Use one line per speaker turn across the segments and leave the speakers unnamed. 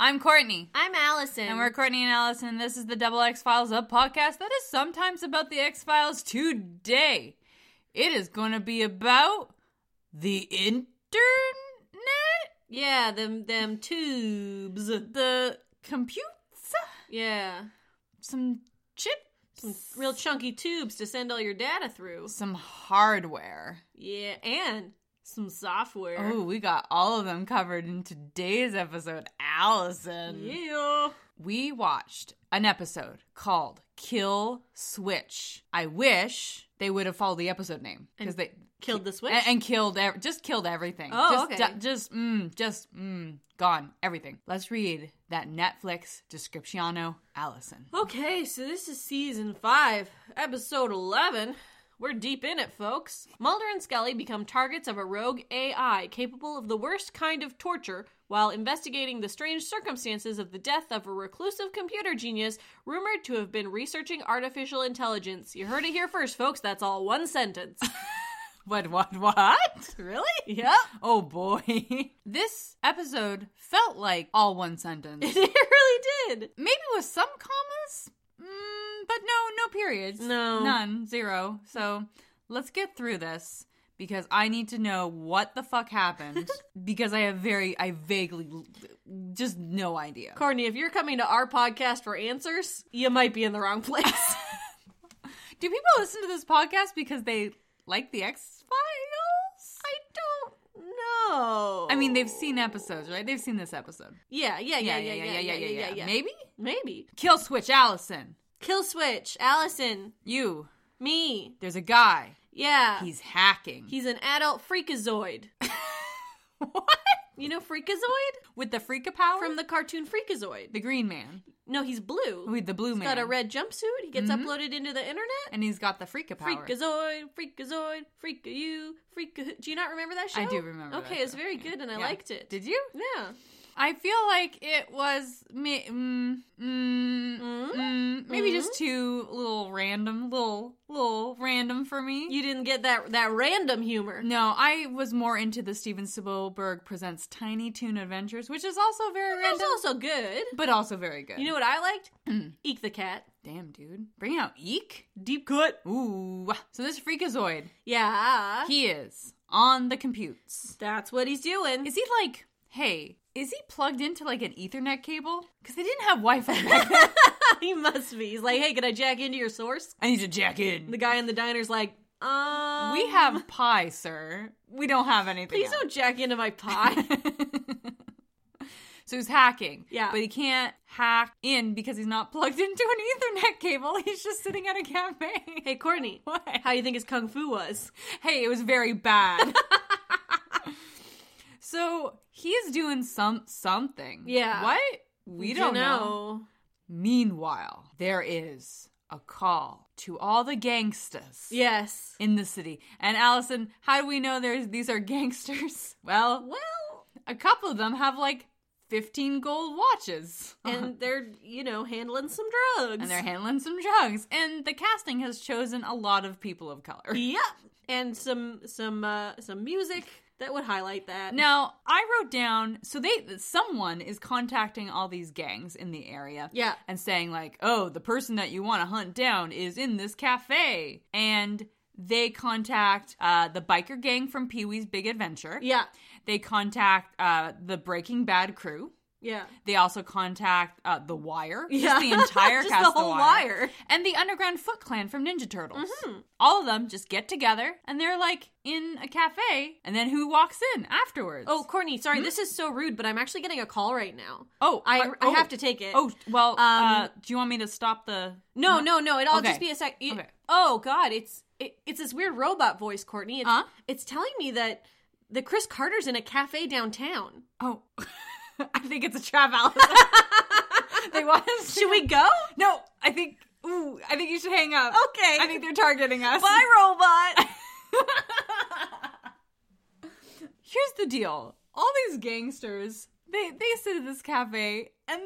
I'm Courtney.
I'm Allison.
And we're Courtney and Allison. This is the Double X Files Up podcast that is sometimes about the X Files today. It is going to be about the internet?
yeah, them them tubes.
The Uh, computes?
Yeah,
Some chips?
real chunky tubes to send all your data through.
Some hardware.
Yeah, and some software.
Oh, we got all of them covered in today's episode, Allison.
Yeah.
we watched an episode called Kill Switch. I wish they would have followed the episode name because
And
they
killed the switch?
and, and killed ev- just killed everything.
Oh,
just,
okay.
du- just mm, just mm, gone everything. Let's read that Netflix descriptiano, Allison.
Okay, so this is season five, episode eleven. We're deep in it, folks. Mulder and Scully become targets of a rogue AI capable of the worst kind of torture while investigating the strange circumstances of the death of a reclusive computer genius rumored to have been researching artificial intelligence. You heard it here first, folks. That's all one sentence.
What? What? What? Really? Yep. Oh boy. this episode felt like all one sentence.
it really did.
maybe with some commas, mm, but no, no periods.
No.
None. Zero. So let's get through this because I need to know what the fuck happened because I have very, I vaguely, just no idea.
Courtney, if you're coming to our podcast for answers, you might be in the wrong place.
Do people listen to this podcast because they like the X Files? I don't.
no.
I mean, they've seen episodes, right? They've seen this episode.
Yeah, yeah, yeah, yeah, yeah, yeah, yeah, yeah, yeah.
Maybe?
Maybe.
Kill Switch Allison.
Kill Switch, Allison,
You.
me.
There's a guy.
Yeah.
He's hacking.
He's an adult freakazoid.
what?
You know freakazoid?
With the freaka power?
From the cartoon Freakazoid.
The green man.
No, he's blue.
With the blue
He's
man. Mm-hmm.
got a red jumpsuit. He gets uploaded into the internet.
And he's got the freaka power.
Freakazoid, Freakazoid, Freaka you, Freaka. Do you not remember that show?
I do remember that
Okay, it's
show.
very
Yeah.
good and I
Yeah.
liked it.
Did you?
Yeah.
I feel like it was me. Mm, mm,
Mm?
mm, maybe just too little random, little little random for me.
You didn't get that that random humor.
no, I was more into the Steven Spielberg presents Tiny Toon Adventures, which is also very
That was
random,
also good.
but also very good. Mm.
You know what I liked? Eek the cat.
damn dude, bring out Eek.
Deep cut.
Ooh, so this freakazoid,
Yeah.
he is on the computes.
That's what he's doing.
Is he like, hey, is he plugged into like an Ethernet cable? Because they didn't have Wi Fi back then.
he must be. He's like, hey, can I jack into your source?
I need to jack in.
The guy in the diner's like, um,
we have pie, sir. We don't have anything.
Please don't jack into my pie.
don't. so he's hacking.
Yeah.
But he can't hack in because he's not plugged into an Ethernet cable. He's just sitting at a cafe.
hey, Courtney,
What?
how you think his kung fu was?
hey, it was very bad. so he's doing some something.
Yeah.
What? We don't know.
Dunno.
Meanwhile, there is a call to all the gangsters
Yes.
in the city. And Allison, how do we know there's these are gangsters? Well,
Well,
a couple of them have like 15 gold watches.
and they're, you know, handling some drugs.
Uh-huh. And they're handling some drugs. And the casting has chosen a lot of people of color.
Yep. And some some uh some music that would highlight that.
Now, I wrote down so they someone is contacting all these gangs in the area.
Yeah.
And saying like, "Oh, the person that you want to hunt down is in this cafe." And they contact uh, the biker gang from Pee Wee's Big Adventure.
Yeah.
They contact uh, the Breaking Bad crew.
Yeah.
They also contact uh, The Wire. Just
Yeah.
the entire
Just
cast
the
of
whole Wire. Mm-hmm.
And the Underground Foot Clan from Ninja Turtles. All of them just get together and they're like in a cafe. And then who walks in afterwards?
Oh, Courtney, sorry, this is so rude, but I'm actually getting a call right now.
Hmm? Oh,
I,
uh,
I
oh.
have to take it.
Oh, well, uh,
Um,
do you want me to stop the.
no, no, no! It'll
Okay.
just be a sec. it-
Okay.
Oh God, it's it, it's this weird robot voice, Courtney. It's,
Huh?
it's telling me that that Chris Carter's in a cafe downtown.
Oh. I think it's a trap, Allison. They want us. to
Should we go?
No, I think. Ooh, I think you should hang up.
Okay.
I think they're targeting us.
Bye, robot.
Here's the deal. All these gangsters, they they sit at this cafe, and then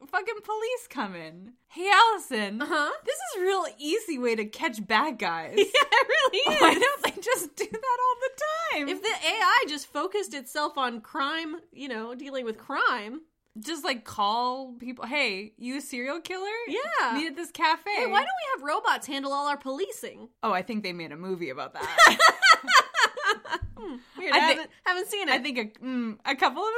the fucking police come in. Hey, Allison.
Uh-huh.
This is a real easy way to catch bad guys.
yeah, it really is.
Why don't they just do that all the time?
If the AI just focused itself on crime, you know, dealing with crime,
just like call people, hey, you a serial killer?
Yeah.
Meet at this cafe.
hey, why don't we have robots handle all our policing?
Oh, I think they made a movie about that.
Weird,
I
I,
thi-
haven't, haven't seen it.
I think a, mm, a couple of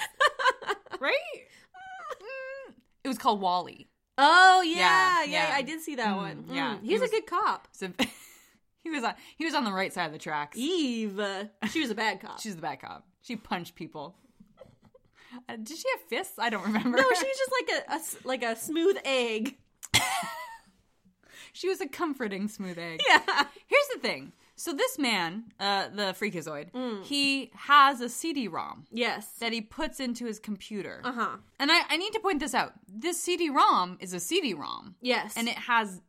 movies, right? Mm, it was called Wally.
oh yeah,
Yeah,
yeah, yeah,
yeah.
I did see that
Mm,
one.
yeah.
yeah,
He
he's
was-
a good cop.
So he was on he was on the right side of the tracks.
Eve, she was a bad cop.
She's the bad cop. She punched people. Uh, did she have fists? I don't remember.
no, she was just like a, a s- like a smooth egg.
she was a comforting smooth egg.
Yeah,
Here's the thing. So this man, uh, the freakazoid,
Mm.
he has a CD-ROM
yes,
that he puts into his computer.
uh huh,
And I, I need to point this out. This CD-ROM is a CD-ROM.
yes,
and it has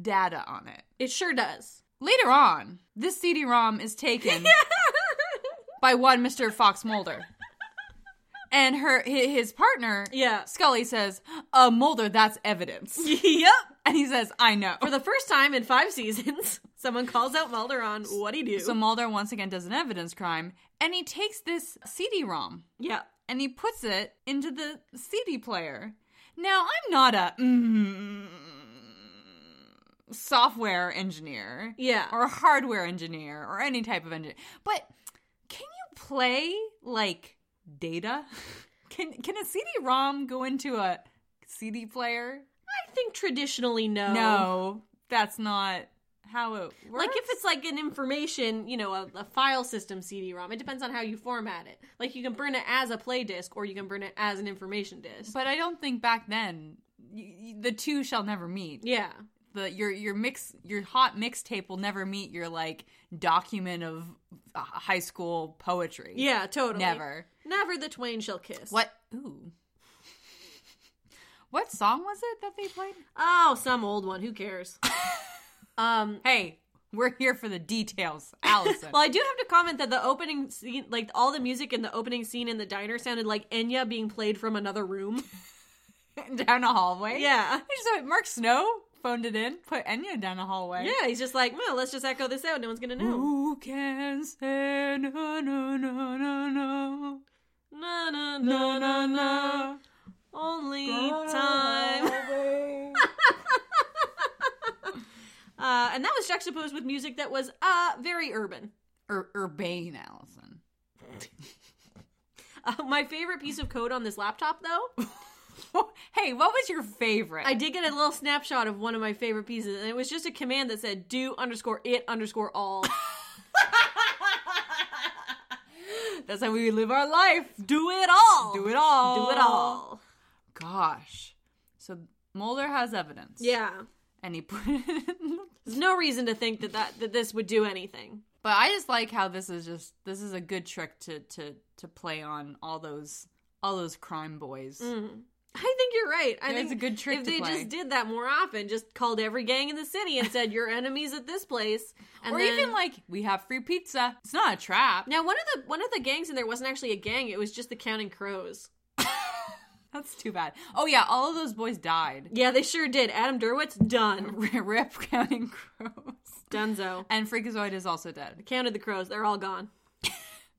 data on it.
it sure does.
Later on, this CD-ROM is taken by one Mr. Fox Mulder. And her hi- his partner,
Yeah.
Scully says, "Uh, Mulder, that's evidence."
yep.
And he says, "I know."
For the first time in five seasons, someone calls out Mulder on what he do.
so Mulder once again does an evidence crime, and he takes this CD-ROM
yeah,
and he puts it into the CD player. Now, I'm not a mm, software engineer,
Yeah.
or a hardware engineer, or any type of engineer, but can you play like data? Can can a CD-ROM go into a CD player?
I think traditionally no,
No, that's not how it works.
Like if it's like an information, you know, a, a file system CD-ROM. It depends on how you format it. Like you can burn it as a play disc, or you can burn it as an information disc.
but I don't think back then y- y- the two shall never meet.
yeah,
the your your mix your hot mixtape will never meet your like document of uh, high school poetry.
yeah, totally.
never.
never. The twain shall kiss.
What? Ooh. What song was it that they played?
Oh, some old one. Who cares? um.
Hey, we're here for the details, Allison.
Well, I do have to comment that the opening scene, like all the music in the opening scene in the diner, sounded like Enya being played from another room.
down a hallway.
Yeah.
I just thought Mark Snow phoned it in, put Enya down a hallway.
Yeah, he's just like, well, let's just echo this out. No one's gonna know.
Who can say no no no no no
Na na
no no
na na na.
no?
Only
Ah,
time. Uh, and that was juxtaposed with music that was uh very urban.
Ur- urbane Allison.
Uh, my favorite piece of code on this laptop, though,
hey, what was your favorite?
I did get a little snapshot of one of my favorite pieces, and it was just a command that said do underscore it underscore all.
That's how we live our life.
do it all.
Do it all.
Do it all.
Gosh. So Mulder has evidence.
Yeah.
And he put it in the-
There's no reason to think that that, that this would do anything.
But I just like how this is just this is a good trick to to to play on all those all those crime boys.
I think you're right. I
Yeah,
think
it's a good trick
If
to
they
play.
just did that more often, just called every gang in the city and said your enemies at this place, and
or
then-
even like we have free pizza. It's not a trap.
now one of the one of the gangs in there wasn't actually a gang; it was just the Counting Crows.
That's too bad. Oh yeah, all of those boys died.
Yeah, they sure did. Adam Derwitz done.
Rip counting crows.
Dunzo
And Freakazoid is also dead.
counted the crows. They're all gone.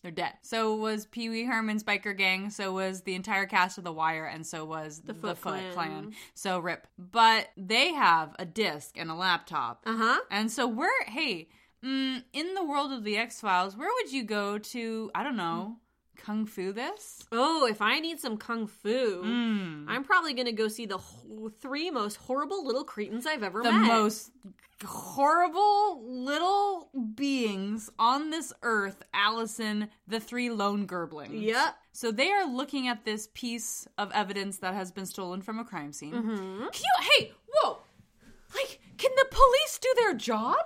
They're dead. So was Pee Wee Herman's biker gang. So was the entire cast of The Wire, and so was the,
Foot
Foot Clan.
Clan.
So rip. But they have a disc and a laptop,
Uh huh.
and so we're hey, mm, in the world of the X Files, where would you go to? I don't know,
Hmm.
kung fu this.
Oh, if I need some kung fu,
Mm.
I'm probably gonna go see the ho- three most horrible little cretins I've ever
The
met.
most horrible little beings on this earth, Allison, the three lone gerblings.
Yep.
So they are looking at this piece of evidence that has been stolen from a crime scene.
Mm-hmm.
Can you, hey, whoa! Like, can the police do their job?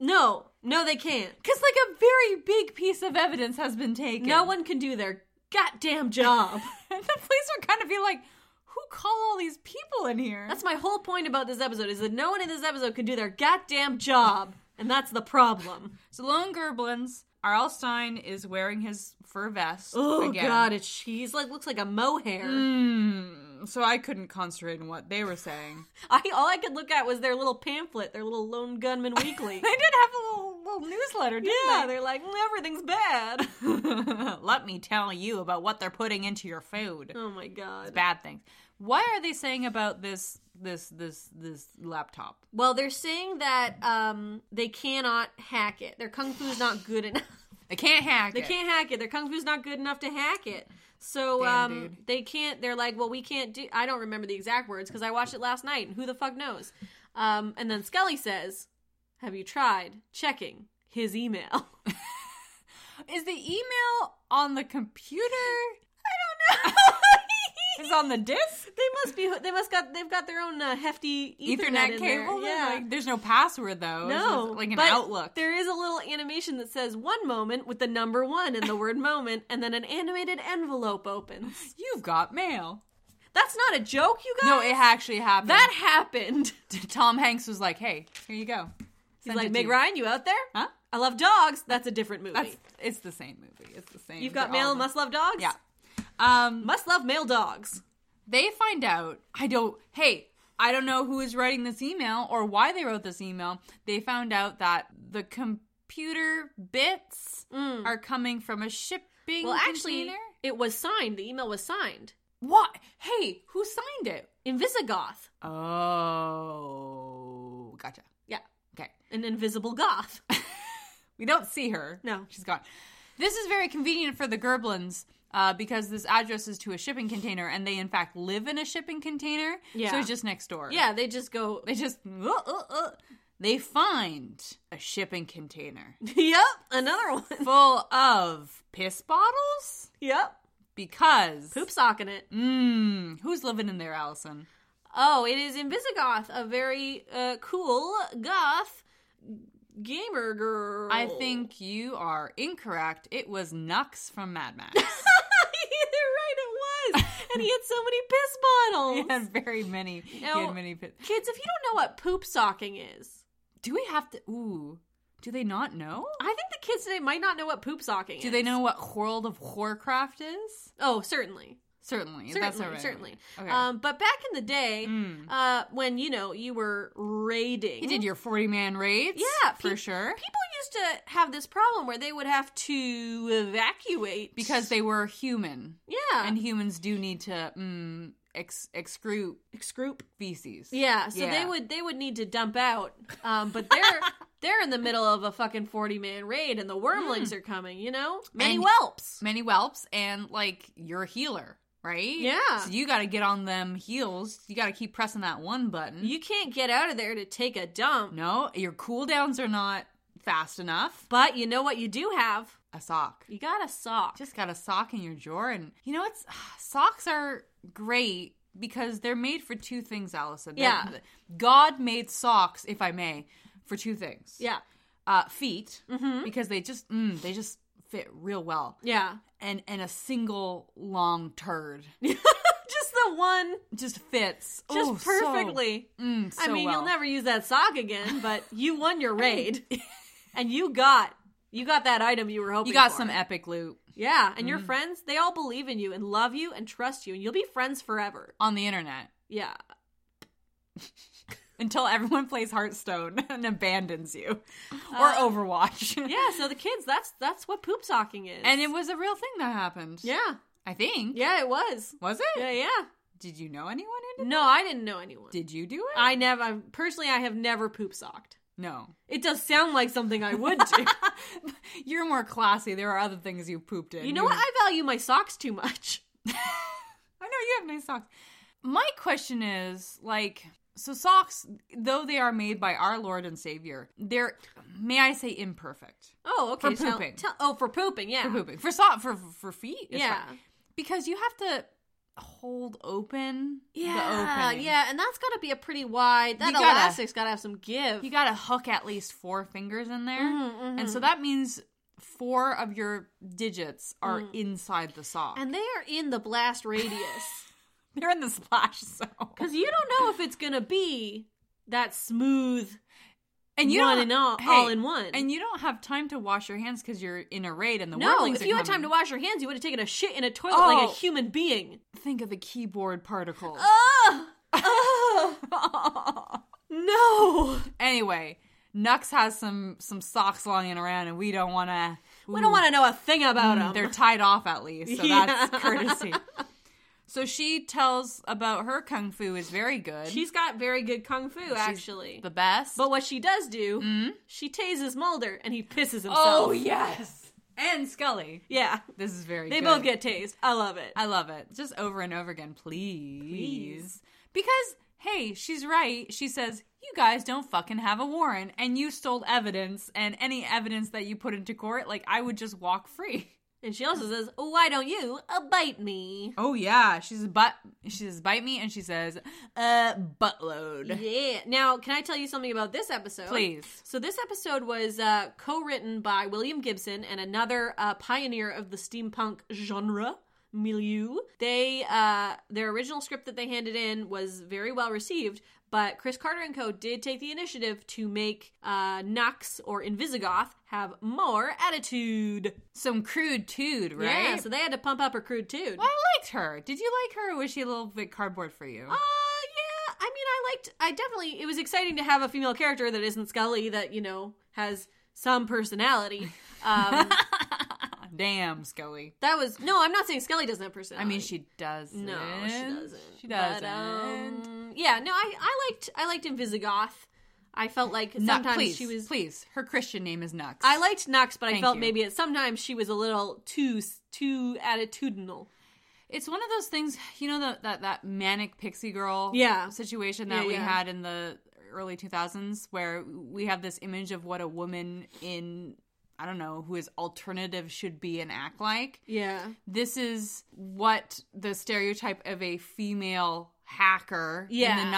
No, no, they can't.
Because, like, a very big piece of evidence has been taken.
No one can do their goddamn job.
And the police are kind of be like, who call all these people in here?
That's my whole point about this episode is that no one in this episode can do their goddamn job, and that's the problem.
so Lone Gerblins. Arlstein is wearing his fur vest.
Oh
again.
god, it's he's like looks like a mohair.
So I couldn't concentrate on what they were saying.
I all I could look at was their little pamphlet, their little Lone Gunman Weekly.
they did have a little, little newsletter, didn't
yeah,
they?
they're like "Mm, everything's bad.
Let me tell you about what they're putting into your food.
Oh my god.
Bad things. Why are they saying about this this this this laptop?
Well, they're saying that um they cannot hack it. Their kung fu's not good enough.
They can't hack
They
it.
can't hack it. Their kung fu's not good enough to hack it. So
Damn,
um,
dude.
they can't. They're like, well, we can't do. I don't remember the exact words because I watched it last night, and who the fuck knows? Um, and then Scully says, "Have you tried checking his email?"
Is the email on the computer? I don't know. Is on the disk?
they must be. They must got. They've got their own uh, hefty Ethernet,
Ethernet
in there.
cable?
Yeah.
Like, there's no password though. It's
no,
just like an
but
Outlook.
There is a little animation that says one moment with the number one and the word moment, and then an animated envelope opens.
You've got mail.
That's not a joke, you guys.
No, it actually happened.
that happened.
Tom Hanks was like, "Hey, here you go."
He's
Send it
like,
to
Meg
you."
Ryan, you out there?
Huh?
I love dogs. That's a different movie.
That's it's the same movie. It's the same.
You've got
They're all
male, must love dogs?
Yeah. Um,
Must love male dogs.
they find out. I don't. Hey, I don't know who is writing this email or why they wrote this email. They found out that the computer bits are coming from a shipping.
Mm. Well, actually,
container?
it was signed. The email was signed.
what? Hey, who signed it?
Invisigoth.
Oh, gotcha.
Yeah.
Okay.
An invisible goth.
We don't see her.
No.
She's gone. This is very convenient for the Gerblins uh, because this address is to a shipping container, and they in fact live in a shipping container. So
Yeah.
it's just next door.
yeah, they just go.
They just uh, uh, uh, they find a shipping container
yep, another one.
full of piss bottles
yep.
because
Poop socking it.
Mm, who's living in there, Allison?
Oh, it is Invisigoth, a very uh, cool goth gamer girl.
I think you are incorrect. It was Nux from Mad Max.
You're right, it was. and he had so many piss bottles.
he had very many. he had
No.
many piss.
Kids, if you don't know what poop socking is,
Do we have to? Ooh, do they not know?
I think the kids today might not know what poop socking is.
Do they know what World of Warcraft is?
Oh, certainly.
Certainly,
Certainly,
that's all right.
certainly.
Okay.
Um, but back in the day,
Mm.
uh, when you know you were raiding,
you did your forty-man raids,
Yeah,
for
peop-
sure,
people used to have this problem where they would have to evacuate
because they were human,
yeah,
and humans do need to mm, ex- excrete
excroop.
feces.
Yeah, so they
Yeah.
would they would need to dump out, um, but they're they're in the middle of a fucking forty man raid, and the wormlings are coming. You know,
Mm.
many
And-
whelps.
many whelps, and like you're a healer, right?
Yeah.
so you got to get on them heels. You got to keep pressing that one button.
You can't get out of there to take a dump,
no, your cooldowns are not fast enough.
but you know what you do have?
A sock.
You got a sock.
just got a sock in your drawer and you know it's socks are great because they're made for two things allison They're-
Yeah.
god made socks if i may for two things
yeah, Mm-hmm.
uh feet because they just mm, they just fit real well
yeah.
and and a single long turd
Just the one,
just fits
just
oh, so-
perfectly.
mm,
I
so
mean,
well.
you'll never use that sock again, but you won your raid, and you got you got e- Mm-hmm. that item you were hoping.
you got
for.
some epic loot
yeah. And your friends, they all believe in you and love you and trust you, and you'll be friends forever.
on the internet
Yeah.
until everyone plays hearthstone and abandons you or overwatch
Uh, Yeah, so the kids, that's that's what poop socking is.
and it was a real thing that happened
Yeah.
i think
Yeah, it was.
Was it?
Yeah, yeah.
Did you know anyone who did?
No, I didn't know anyone.
Did you do it?
I never I, personally I have never poop socked.
no.
It does sound like something I would do.
You're more classy. There are other things you pooped in.
you know what? I value my socks too much.
I know you have nice socks. My question is like, so socks, though they are made by our Lord and Savior, they're may I say imperfect
Oh, okay.
For
tell-
pooping.
tell- oh, for pooping, yeah.
for pooping for so for for feet. it's
Yeah.
fine. because you have to hold open the
Yeah,
opening.
yeah, and that's got to be a pretty wide. That
You gotta-
elastic's got to have some give.
you got to hook at least four fingers in there.
Mm-hmm,
And so that means four of
Mm.
your digits are inside the sock.
and they are in the blast radius.
They're in the splash zone.
Because you don't know if it's gonna be that smooth
And you
one
don't
and all,
hey,
all in one.
And you don't have time to wash your hands because you're in a raid and the
no,
wormlings
if
are
you had time
coming.
to wash your hands, you would have taken a shit in a toilet like a
Oh.
human being.
think of the keyboard particle.
Ugh! Ugh! Oh. no!
anyway, Nux has some some socks lying around, and we don't want to.
We don't want to know a thing about them.
They're tied off at least, so
Yeah.
that's courtesy. So she tells about her kung fu is very good.
She's got very good kung fu,
She's
actually.
the best.
but what she does do, she tases Mulder and he pisses himself.
oh yes, and Scully.
yeah.
This is very.
They
good.
both get tased. I love it.
I love it. Just over and over again, please. Because, hey, she's right. She says, you guys don't fucking have a warrant and you stole evidence and any evidence that you put into court, like, I would just walk free.
And she also says, Why don't you uh, bite me?
Oh, yeah. She's but She says, bite me and she says, uh, buttload.
Yeah. Now, can I tell you something about this episode?
Please.
So, this episode was uh, co written by William Gibson and another uh, pioneer of the steampunk genre. Milieu. They uh their original script that they handed in was very well received, but Chris Carter and Co. did take the initiative to make uh Nux or Invisigoth have more attitude.
Some crude tood, right?
Yeah, so they had to pump up her crude too.
I liked her. Did you like her or was she a little bit cardboard for you?
Uh, yeah. I mean, I liked. I definitely. It was exciting to have a female character that isn't Scully, that you know has some personality. Um,
Damn, Scully.
that was no. I'm not saying Scully doesn't have
I
personality.
mean, she does.
No, she doesn't.
She doesn't.
But, um, yeah. No, I, I liked. I liked Invisigoth. I felt like
Nux,
sometimes
please,
she was.
please. Her Christian name is Nux.
I liked Nux, but I
Thank
felt
you.
maybe it, sometimes she was a little too too attitudinal.
It's one of those things, you know, that that, that manic pixie girl
Yeah.
situation that
Yeah,
we
yeah.
had in the early 2000s, where we have this image of what a woman in I don't know who is alternative should be and act like.
Yeah.
This is what the stereotype of a female hacker
Yeah.
in the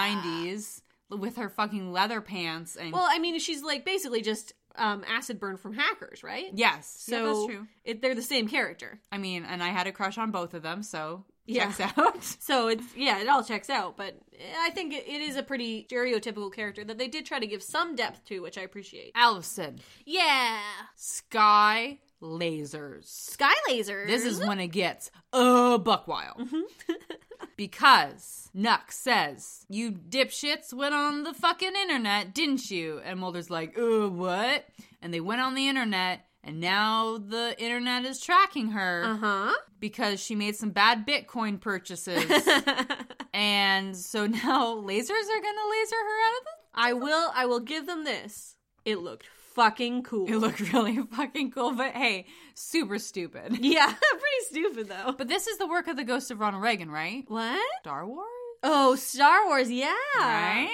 90s with her fucking leather pants and
Well, I mean, she's like basically just um, acid burn from hackers, right?
yes,
So
so that's true.
It, they're the same character.
I mean, and I had a crush on both of them, so
Yeah.
checks out.
So it's yeah, it all checks out. But I think it, it is a pretty stereotypical character that they did try to give some depth to, which I appreciate.
Allison,
Yeah,
sky lasers.
sky lasers.
This is when it gets uh buck wild. because Nuck says, You dipshits went on the fucking internet, didn't you? And Mulder's like, Uh, what? And they went on the internet, and now the internet is tracking her
uh huh.
because she made some bad Bitcoin purchases. and so now lasers are gonna laser her out of this?
I will. I will give them this. It looked fucking cool.
It looked really fucking cool, but hey, super stupid.
yeah, pretty stupid though.
But this is the work of the ghost of Ronald Reagan, right?
what?
Star Wars?
Oh, Star Wars. Yeah.
right?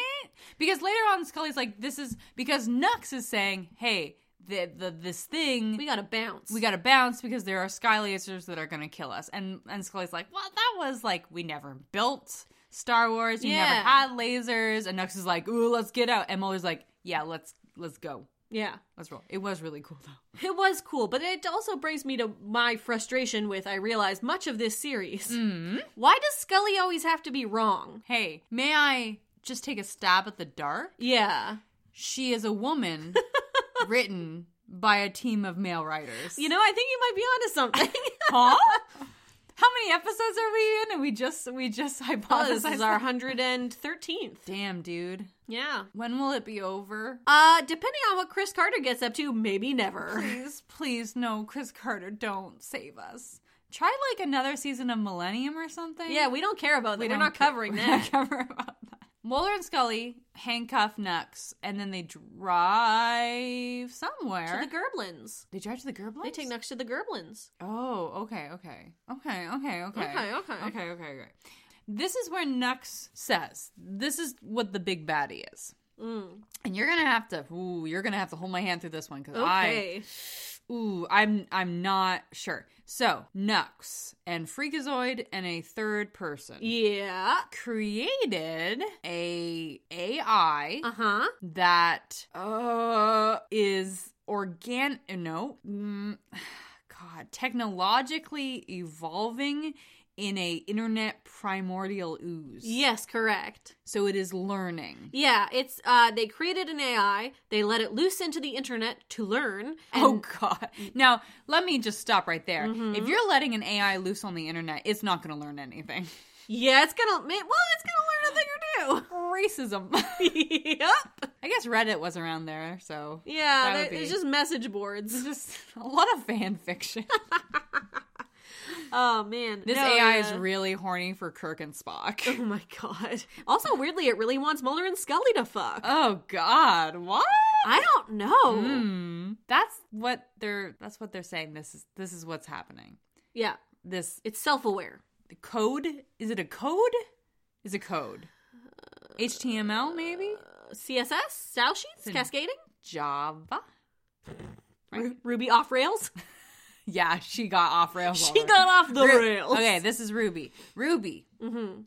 Because later on, Scully's like, "This is because Nux is saying, hey, the, the this thing
We
we,
gotta bounce.
got to bounce because there are sky lasers that are going to kill us." And and Scully's like, "Well, that was like we never built Star Wars. We never
Yeah.
had lasers." And Nux is like, "Ooh, let's get out." And Mulder's like, "Yeah, let's let's go,
Yeah.
let's roll." It was really cool though.
It was cool, but it also brings me to my frustration with I realize much of this series.
Mm-hmm.
Why does Scully always have to be wrong?
Hey, may I just take a stab at the dark?
Yeah.
She is a woman written by a team of male writers.
You know, I think you might be onto something.
Huh? How many episodes are we in? And we just we just hypothesized.
oh, this is our 113th.
damn dude.
Yeah.
When will it be over?
Uh, depending on what Chris Carter gets up to, maybe never.
Please, please, no, Chris Carter, don't save us. Try like another season of Millennium or something.
Yeah, we don't care about that. We are
don't
not
care-
covering
we're not
that.
covering about that. Mulder and Scully handcuff Nux, and then they drive
To
somewhere.
the Gerblins.
they drive to the Gerblins.
They take next to the Gerblins.
Oh, okay, okay. Okay, okay, okay.
Okay, okay.
Okay, okay, okay. This is where Nux says, this is what the big baddie is.
Mm.
And you're gonna have to, ooh, you're gonna have to hold my hand through this one because I,
Okay.
ooh, I'm, I'm not sure. So Nux and Freakazoid and a third person
Yeah.
created a AI
Uh huh.
that uh is organ no mm, god technologically evolving in a internet primordial ooze.
Yes, correct.
So it is learning.
Yeah, it's uh they created an AI, they let it loose into the internet to learn. And Mm-hmm.
oh god. Now, let me just stop right there. If you're letting an AI loose on the internet, it's not going to learn anything.
yeah, it's gonna ma- well, it's gonna learn a thing or
Racism.
two. yep.
I guess Reddit was around there, so That
Yeah,
would
they-
be-
it's just message boards.
just a lot of fan fiction.
Oh man,
This
No,
AI is
yeah.
really horny for Kirk and Spock.
Oh my god. Also, weirdly, it really wants Mulder and Scully to fuck.
oh God, what?
I don't know.
Hmm. That's what they're. That's what they're saying. This is this is what's happening.
Yeah,
This
it's self-aware.
the code. Is it a code? Is a code? HTML maybe?
CSS, style sheets,
Hmm.
cascading,
Java?
Ru- Ruby off rails.
Yeah, she got off rails.
She
already.
got off the
Oh, Ru-
rails.
Okay, this is Ruby. Ruby.
Mhm.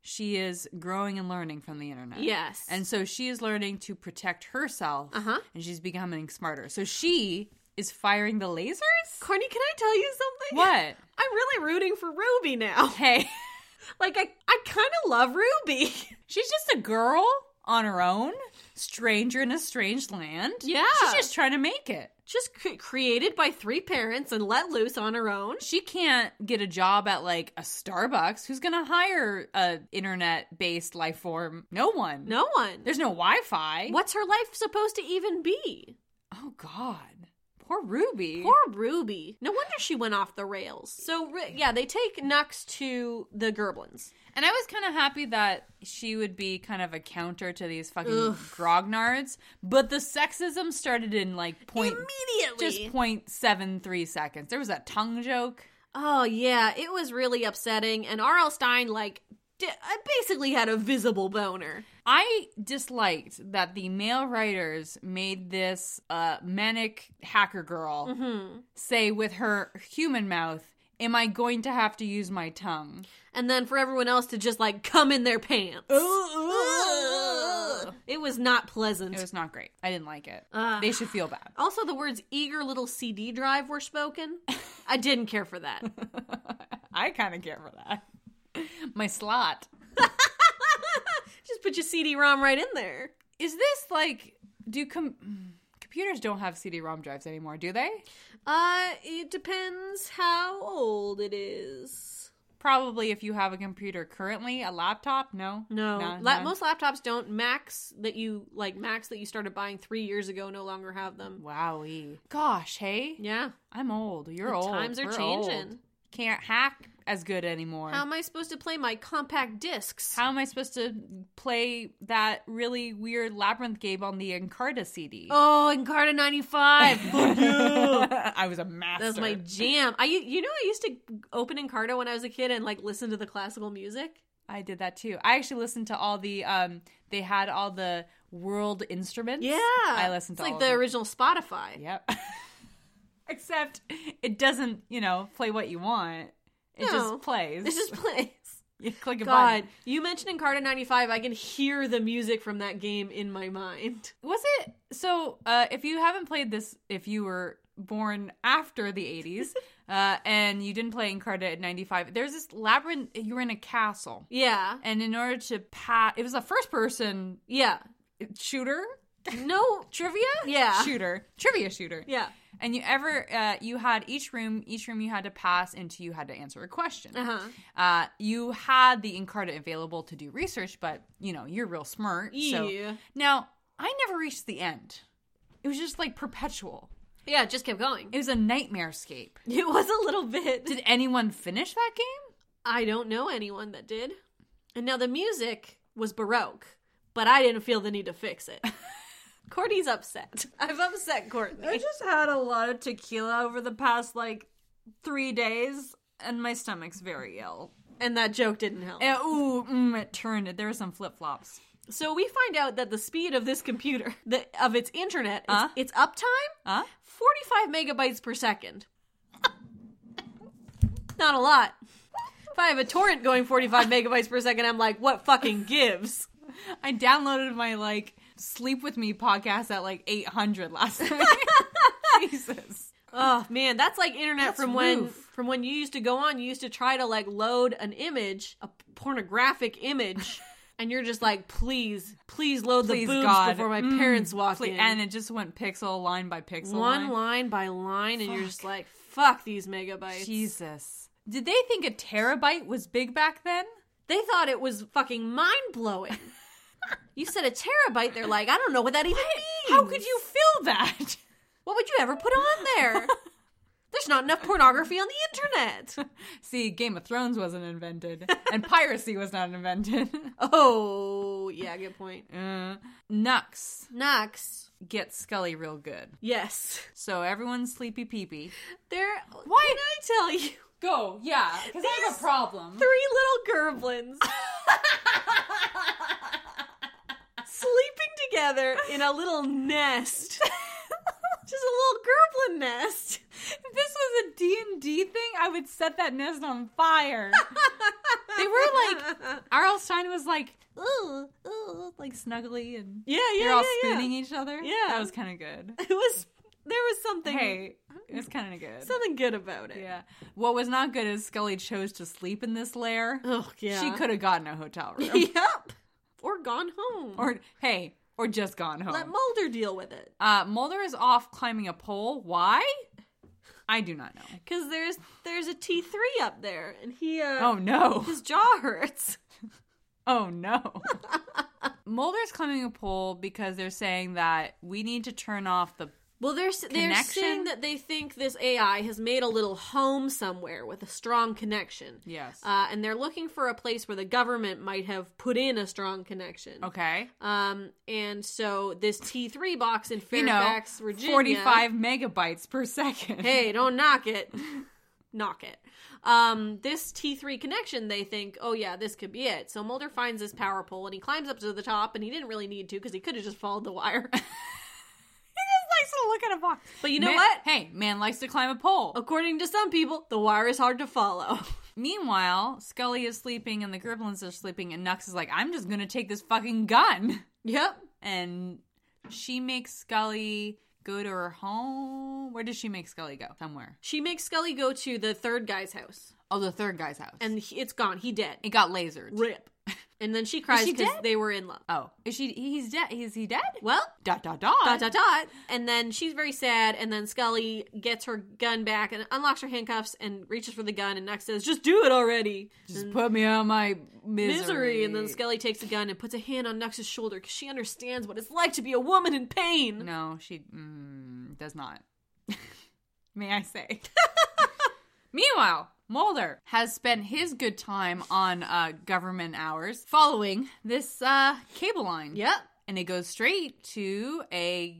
She is growing and learning from the internet.
Yes.
And so she is learning to protect herself
Uh-huh.
and she's becoming smarter. So she is firing the lasers?
Carney, can I tell you something?
What?
I'm really rooting for Ruby now.
Hey,
Like I, I kind of love Ruby.
she's just a girl on her own, stranger in a strange land.
Yeah.
She's just trying to make it.
Just cre- created by three parents and let loose on her own.
She can't get a job at like a Starbucks. Who's going to hire a internet-based life form? No one.
No one.
There's no Wi-Fi.
What's her life supposed to even be?
Oh god. Poor Ruby.
Poor Ruby. No wonder she went off the rails. So Ru- yeah, they take Nux to the Gerblins.
And I was kind of happy that she would be kind of a counter to these fucking grognards, but the sexism started in like point
Immediately.
just point seven three seconds. There was a tongue joke.
Oh yeah, it was really upsetting, and R.L. Stein like di- I basically had a visible boner.
I disliked that the male writers made this uh, manic hacker girl
Mm-hmm.
say with her human mouth, "Am I going to have to use my tongue?"
And then for everyone else to just like come in their pants.
It
It was not pleasant.
was not great. I didn't like it.
Ah.
they should feel bad.
also, the words eager little CD drive were spoken. I didn't care for that.
I kind of care for that. My slot.
just put your CD ROM right in there.
Is this like do com- mm, computers don't have CD-ROM drives anymore, do they?
Uh, it depends how old it is.
Probably if you have a computer currently, a laptop, no.
No,
Nah,
La-
nah.
most laptops don't. Macs that you like, Macs that you started buying three years ago, no longer have them.
Wowie. Gosh, hey.
Yeah,
I'm old. You're
The
old.
times are
We're
changing.
old. Can't hack as good anymore.
how am I supposed to play my compact discs?
How am I supposed to play that really weird labyrinth game on the Encarta CD?
oh, Encarta ninety five.
I was a master.
That's my jam. I u- you know I used to open Encarta when I was a kid and like listen to the classical music.
I did that too. I actually listened to all the um they had all the world instruments. I listened
it's
to
like
all
the
of them.
original Spotify.
Yep. Except it doesn't, you know, play what you want. It
No.
just plays.
This is plays.
you click a
God,
button.
you mentioned Encarta ninety five. I can hear the music from that game in my mind.
Was it so uh if you haven't played this if you were born after the 80s uh and you didn't play Encarta at 95 there's this labyrinth you were in a castle
Yeah,
and in order to pass it was a first person
yeah.
shooter
No,
trivia
Yeah.
shooter trivia shooter
yeah.
and you ever uh, you had each room each room you had to pass into you had to answer a question
Uh huh.
Uh, you had the incarta available to do research but you know you're real smart
Yeah.
so now i never reached the end it was just like perpetual
Yeah, it just kept going.
it was a nightmare scape
It was a little bit.
did anyone finish that game
I don't know anyone that did. And now the music was baroque, but I didn't feel the need to fix it. Courtney's upset. I've upset Courtney.
just had a lot of tequila over the past like three days and my stomach's very ill
And that joke didn't help.
Uh, ooh, mm, it turned. There were some flip flops.
So we find out that the speed of this computer, the, of its internet,
Huh?
its, its uptime,
Huh?
45 megabytes per second. Not a lot. If I have a torrent going 45 megabytes per second, I'm like, what fucking gives?
I downloaded my like Sleep With Me podcast at like 800 last night. Jesus.
Oh man, that's like internet
That's
from when
roof.
from when you used to go on. You used to try to like load an image, a pornographic image, and you're just like, please, please load
Please,
the boobs
God.
before my
Mm,
parents walk
Please-
in.
And it just went pixel line by pixel.
one line.
line.
by line, and you're just like, fuck these megabytes.
Jesus. Did they think a terabyte was big back then?
They thought it was fucking mind blowing. you said a terabyte. They're like, I don't know what that even means.
How could you fill that?
What would you ever put on there? There's not enough pornography on the internet.
See, Game of Thrones wasn't invented, and piracy was not invented.
Oh, yeah, good point.
Uh, Nux
Nux.
gets Scully real good.
Yes.
So everyone's sleepy peepee.
There. Why did I tell you?
Go, yeah, because I have a problem.
Three little gerblins sleeping together in a little nest. Just a little gerblin nest.
If this was a D&D thing, I would set that nest on fire. they were like, Arlstein was like, ooh, ooh, like snuggly and
Yeah, yeah,
you're all
yeah, yeah.
spooning each other.
Yeah.
That was kind of good.
It was. There was something.
Hey, it was kind of good.
Something good about it.
yeah. What was not good is Scully chose to sleep in this lair.
Oh yeah.
She could have gotten a hotel room.
yep. Or gone home.
or, hey, or just gone home.
let Mulder deal with it.
Uh, Mulder is off climbing a pole. Why? I do not know.
Cause there's there's a T three up there, and he uh,
Oh no.
his jaw hurts.
Oh no. Mulder's climbing a pole because they're saying that we need to turn off the.
Well, they're s- they're saying
Connection?
that they think this AI has made a little home somewhere with a strong connection.
Yes.
Uh, and they're looking for a place where the government might have put in a strong connection.
Okay.
Um, and so this T three box in
You know,
Fairfax, Virginia,
45 megabytes per second.
hey, don't knock it. knock it. Um, this T3 connection, they think, oh yeah, this could be it. So Mulder finds this power pole and he climbs up to the top and he didn't really need to because he could have just followed the wire.
likes to look at a box.
But you know what?
Hey, man likes to climb a pole.
According to some people, the wire is hard to follow.
Meanwhile, Scully is sleeping and the Gremlins are sleeping, and Nux is like, I'm just going to take this fucking gun.
yep.
And she makes Scully go to her home. Where does she make Scully go? Somewhere.
She makes Scully go to the third guy's house
Oh, the third guy's house.
and he, it's gone. He dead.
it got lasered.
Rip. And then she cries
she
because
dead?
they were in love.
Oh, is she? He's dead. Is he dead?
Well,
Dot dot dot.
dot dot dot. And then she's very sad. And then Scully gets her gun back and unlocks her handcuffs and reaches for the gun. And Nux says, "Just do it already."
Just put me on my misery.
misery. And then Scully takes a gun and puts a hand on Nux's shoulder because she understands what it's like to be a woman in pain.
No, she mm, does not. May I say? Meanwhile, Mulder has spent his good time on uh, government hours following this uh, cable line.
Yep.
and it goes straight to a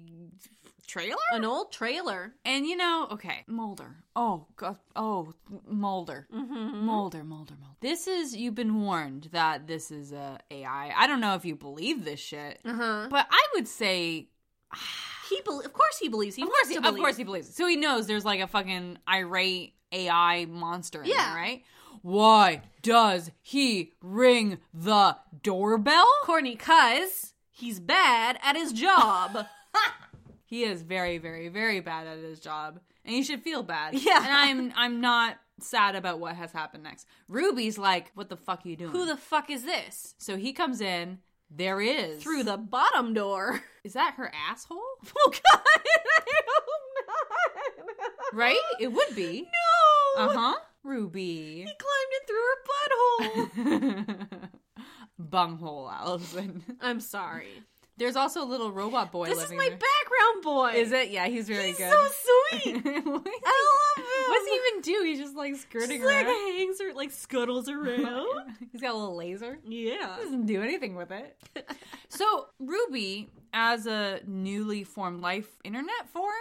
trailer.
An old trailer.
And you know, okay, Mulder. Oh God. Oh, Mulder.
Mm-hmm.
Mulder. Mulder. Mulder. This is you've been warned that this is a AI. I don't know if you believe this shit,
huh.
but I would say,
He, bel of course, he believes. He
of
wants
course, he,
to
of
believe.
course, he believes. it. So he knows there's like a fucking irate AI monster in
Yeah.
there, right? Why does he ring the doorbell?
Corny, cuz he's bad at his job.
He is very, very, very bad at his job, and he should feel bad.
Yeah.
and I'm, I'm not sad about what has happened next. Ruby's like, "What the fuck are you doing?"
Who the fuck is this?
so he comes in. There is
Through the bottom door.
Is that her asshole?
Oh God! I hope not.
Right? It would be.
No.
Uh huh. Ruby.
He climbed in through her butthole.
Bunghole, Allison.
I'm sorry.
There's also a little robot boy
This is
living
my
there.
background boy.
Is it? Yeah, he's really
He's
good.
so sweet.
What is
I
he-
love him.
What's he even do? He's just like skirting
Just, like
around.
hangs or like scuttles around?
He's got a little laser.
yeah.
doesn't do anything with it. so Ruby, as a newly formed life internet form,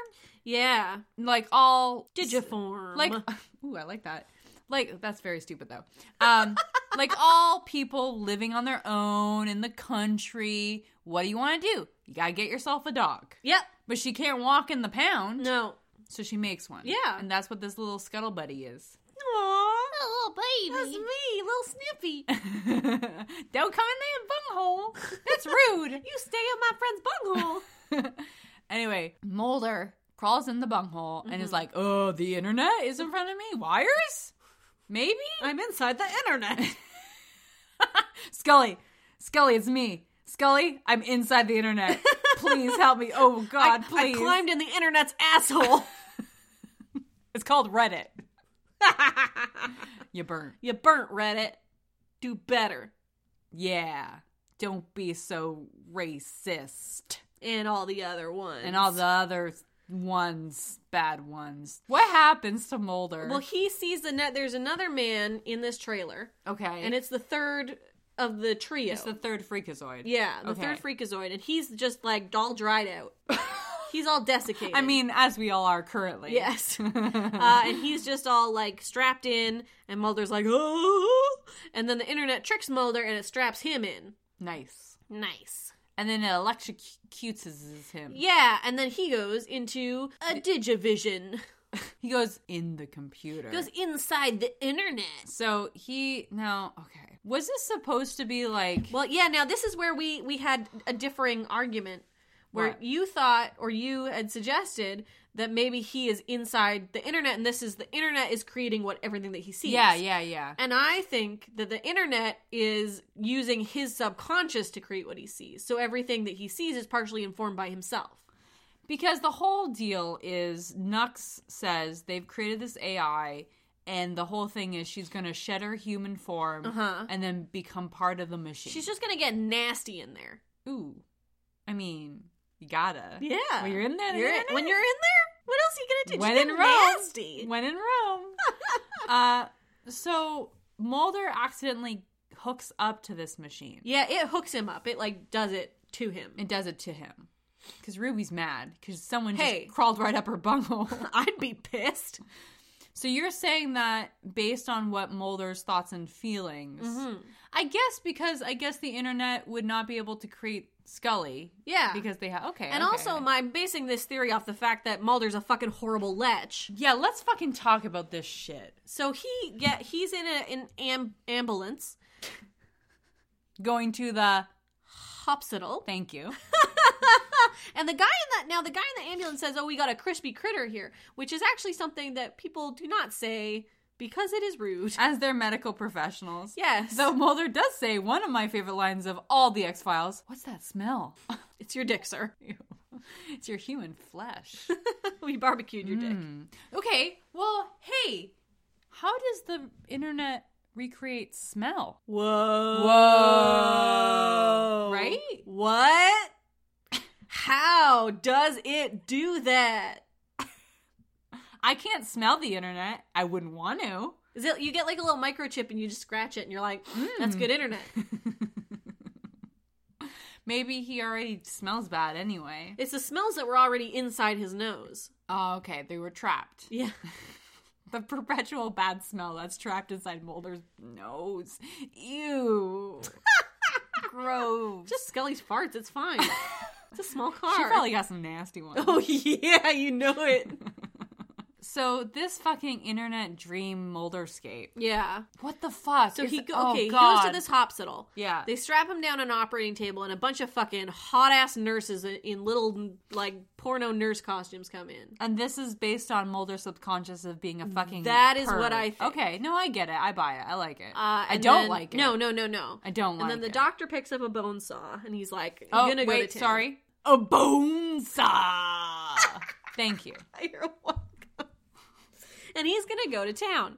Yeah.
like all
Digiform.
like ooh, I like that. Like that's very stupid though. Um, like all people living on their own in the country, what do you want to do? You gotta get yourself a dog.
Yep.
But she can't walk in the pound,
No.
so she makes one.
Yeah.
and that's what this little scuttle buddy is.
Aww. Oh,
Little baby,
That's me, little Snippy.
Don't come in that bunghole. That's rude.
you stay at my friend's bunghole.
anyway, Mulder crawls in the bunghole and
Mm-hmm.
is like, oh, the internet is in front of me? Wires? Maybe?
I'm inside the internet.
Scully, Scully, it's me. Scully, I'm inside the internet. Please help me. Oh, God,
I
please.
climbed in the internet's asshole.
It's called Reddit. you burn.
you burnt Reddit. Do better.
Yeah. Don't be so racist.
And all the other ones.
And all the other ones, bad ones. What happens to Mulder?
Well, he sees the net. There's another man in this trailer,
okay.
and it's the third of the trio.
it's the third freakazoid.
yeah, the
Okay.
third freakazoid, and he's just like all dried out. he's all desiccated.
I mean, as we all are currently.
yes. uh, and he's just all like strapped in, and Mulder's like, oh. And then the internet tricks Mulder, and it straps him in.
Nice.
Nice.
And then it electrocutes him.
Yeah, and then he goes into a digivision.
He goes in the computer.
Goes inside the internet.
so he now okay. Was this supposed to be like
Well, yeah. Now this is where we we had a differing argument, where
What?
you thought or you had suggested that maybe he is inside the internet, and this is the internet is creating what everything that he sees.
Yeah, yeah, yeah.
And I think that the internet is using his subconscious to create what he sees. So everything that he sees is partially informed by himself.
Because the whole deal is Nux says they've created this AI, and the whole thing is she's going to shed her human form
Uh-huh.
and then become part of the machine.
She's just gonna get nasty in there.
ooh. I mean, you gotta.
Yeah.
When you're in that,
You're-
internet-
when you're in there, what else are you gonna do?
when
She's
in Rome.
getting nasty.
When in Rome. uh, so Mulder accidentally hooks up to this machine.
Yeah, it hooks him up. It like does it to him.
It does it to him. Because Ruby's mad because someone
Hey.
just crawled right up her bunghole.
I'd be pissed.
so you're saying that based on what Mulder's thoughts and feelings,
Mm-hmm.
I guess because I guess the internet would not be able to create Scully
Yeah.
because they have okay.
and
okay.
also, my basing this theory off the fact that Mulder's a fucking horrible lech.
yeah, let's fucking talk about this shit
So he get he's in a, an am- ambulance
going to the
hospital,
thank you.
and the guy in that now the guy in the ambulance says, "Oh, we got a crispy critter here," which is actually something that people do not say because it is rude.
as their medical professionals.
Yes.
Though Mulder does say one of my favorite lines of all the X Files What's that smell?
It's your dick, sir.
it's your human flesh.
we barbecued your dick.
okay, well, hey, how does the internet recreate smell?
Whoa.
Whoa. Right?
What? How does it do that?
I can't smell the internet. I wouldn't want to.
Is it, you get like a little microchip and you just scratch it and you're like, "Hmm, that's good internet.
Maybe he already smells bad anyway.
It's the smells that were already inside his nose.
Oh, okay. They were trapped.
Yeah.
The perpetual bad smell that's trapped inside Mulder's nose. Ew. Gross.
Just Scully's farts. It's fine. it's a small car.
She probably got some nasty ones.
oh, yeah, you know it.
So this fucking internet dream Mulderscape.
yeah.
What the fuck?
So
is-
he, go-
oh,
okay, he goes
God.
to this hospital.
Yeah.
They strap him down an operating table and a bunch of fucking hot ass nurses in, in little like porno nurse costumes come in.
and this is based on Mulder's subconscious of being a fucking.
Mm, That is
perv.
what I think.
Okay, no, I get it. I buy it. I like it.
Uh,
I
and
don't
then-
like it.
No, no, no, no.
I don't
and
like
then the
it.
doctor picks up a bone saw and he's like,
Oh,
"I'm gonna go
wait,
to town."
sorry. A bone saw. Thank you.
You're welcome. And he's gonna go to town.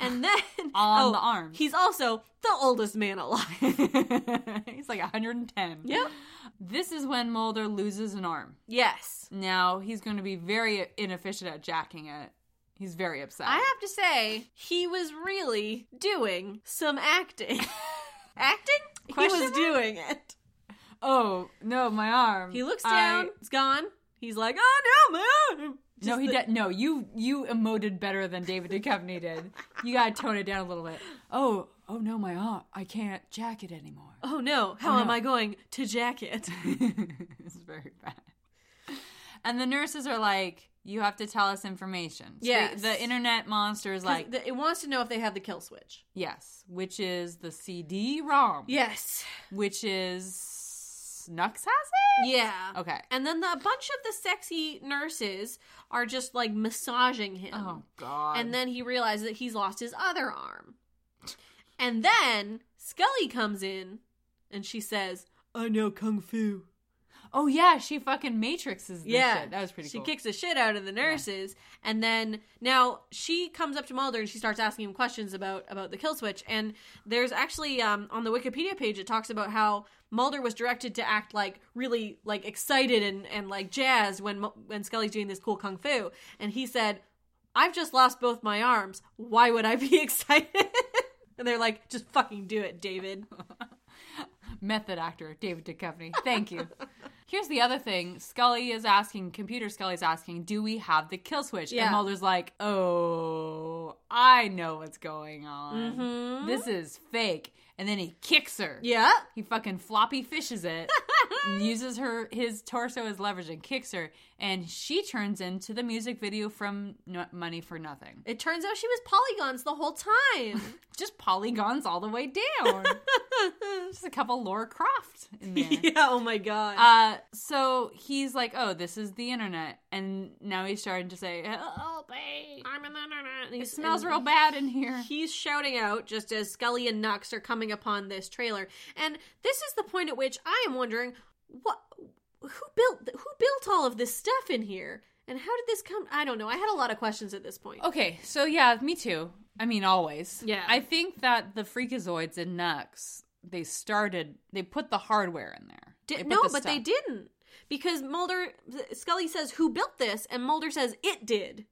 And then oh,
On the arms.
He's also the oldest man alive.
He's like 110.
Yep.
This is when Mulder loses an arm.
yes.
Now he's going to be very inefficient at jacking it. He's very upset.
I have to say, he was really doing some acting. acting?
Question
he was
mark?
doing it.
oh no, my arm.
He looks
I-
down, it's gone. He's like, oh no, my arm.
no,
Just
he
the-
did. No, you you emoted better than David Duchovny did. You gotta tone it down a little bit. Oh, oh no, my arm. I can't jack it anymore.
Oh no, how
Oh,
am
no.
I going to jacket?
it's very bad. And the nurses are like, "You have to tell us information." So
Yes.
the internet monster is like,
Like, it wants to know if they have the kill switch.
Yes, which is the CD ROM,
Yes.
which is Snux has it?
Yeah.
Okay.
And then the, a bunch of the sexy nurses are just like massaging him.
Oh, God.
And then he realizes that he's lost his other arm. And then Scully comes in and she says, I know Kung Fu.
oh, yeah, she fucking matrixes this
Yeah.
shit. That was pretty
She
cool.
kicks the shit out of the nurses. And then now she comes up to Mulder and she starts asking him questions about, about the kill switch. And there's actually um, on the Wikipedia page, it talks about how Mulder was directed to act like really like excited and, and like jazzed when, Mu- when Scully's doing this cool Kung Fu. And he said, I've just lost both my arms. Why would I be excited? and they're like, just fucking do it, David.
Method actor, David Duchovny. Thank you. Here's the other thing. Scully is asking, computer Scully's asking, do we have the kill switch?
Yeah.
And Mulder's like, oh, I know what's going on. This is fake. And then he kicks her.
Mm-hmm. Yeah.
He fucking floppy fishes it, and uses her his torso as leverage and kicks her, and she turns into the music video from no- Money for Nothing.
It turns out she was polygons the whole time.
Just polygons all the way down. Just a couple Laura Croft in there.
yeah, oh my god.
Uh, so he's like, "Oh, this is the internet," and now he's starting to say, "Help me!
I'm in the internet. And he
It smells real bad in here."
He's shouting out just as Scully and Knox are coming upon this trailer, and this is the point at which I am wondering what who built who built all of this stuff in here, and how did this come? I don't know. I had a lot of questions at this point.
Okay, so yeah, me too. I mean, always.
Yeah.
I think that the Freakazoids and Nux, they started, they put the hardware in there. They
Di-
put
no,
the
but they
stuff.
didn't because Mulder Scully says who built this, and Mulder says it did.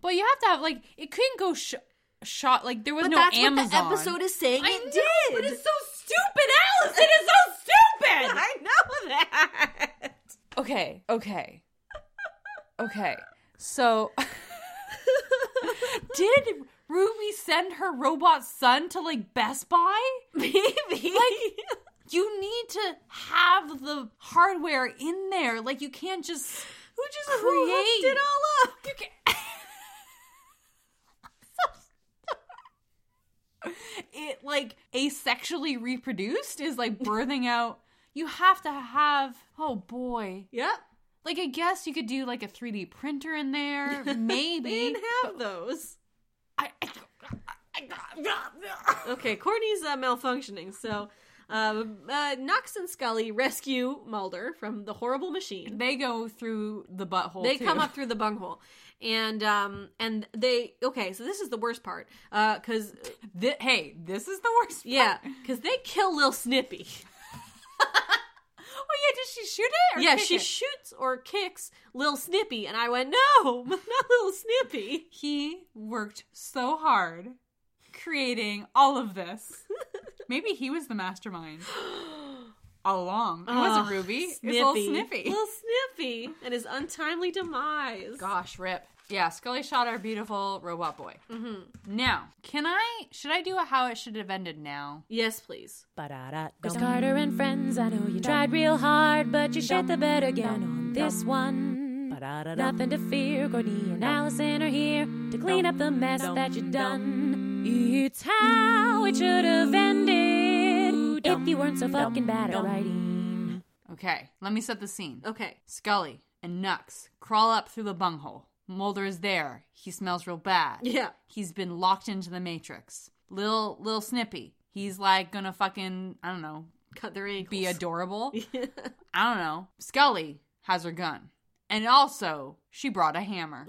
But you have to have, like, it couldn't go sh- shot, like, there was
But
no
that's
Amazon.
what the episode is saying.
I
it
know,
did.
but it's so stupid, Alice! It is so stupid!
I know that.
Okay, okay. Okay. So did Ruby send her robot son to like Best Buy?
Maybe.
Like you need to have the hardware in there. Like you can't just
who just who hooked
create
it all up?
You can't- it like asexually reproduced is like birthing out. You have to have oh boy.
Yep.
Like I guess you could do like a 3D printer in there, maybe.
They didn't have those.
I, I,
Okay, Courtney's uh, malfunctioning, so uh, uh, Knox and Scully rescue Mulder from the horrible machine.
they go through the butthole.
They
too.
come up through the bunghole, and um, and they okay. So this is the worst part, uh, cause
Thi- hey, this is the worst. Part.
yeah, cause they kill Lil Snippy.
Oh yeah, did she shoot it? Or
Yeah,
kick
she
it?
shoots or kicks Lil Snippy, and I went no, not Lil Snippy.
he worked so hard creating all of this. Maybe he was the mastermind all along. It wasn't
Ugh,
Ruby. It's little Snippy.
Lil Snippy, and his untimely demise.
Gosh, rip. Yeah, Scully shot our beautiful robot boy. Mm-hmm. Now, can I? Should I do a how it should have ended now?
Yes, please.
Chris Carter and friends, I know you tried real hard, but you shit the bed again on this one. Nothing to fear, Courtney and Allison are here to clean up the mess that you done. It's how it should have ended if you weren't so fucking bad at writing.
Okay, let me set the scene.
Okay.
Scully and Nux crawl up through the bunghole. Mulder is there. He smells real bad.
Yeah.
He's been locked into the Matrix. Lil Lil Snippy. He's like gonna fucking I don't know
Cut their ankles.
be adorable. I don't know. Scully has her gun. And also, she brought a hammer.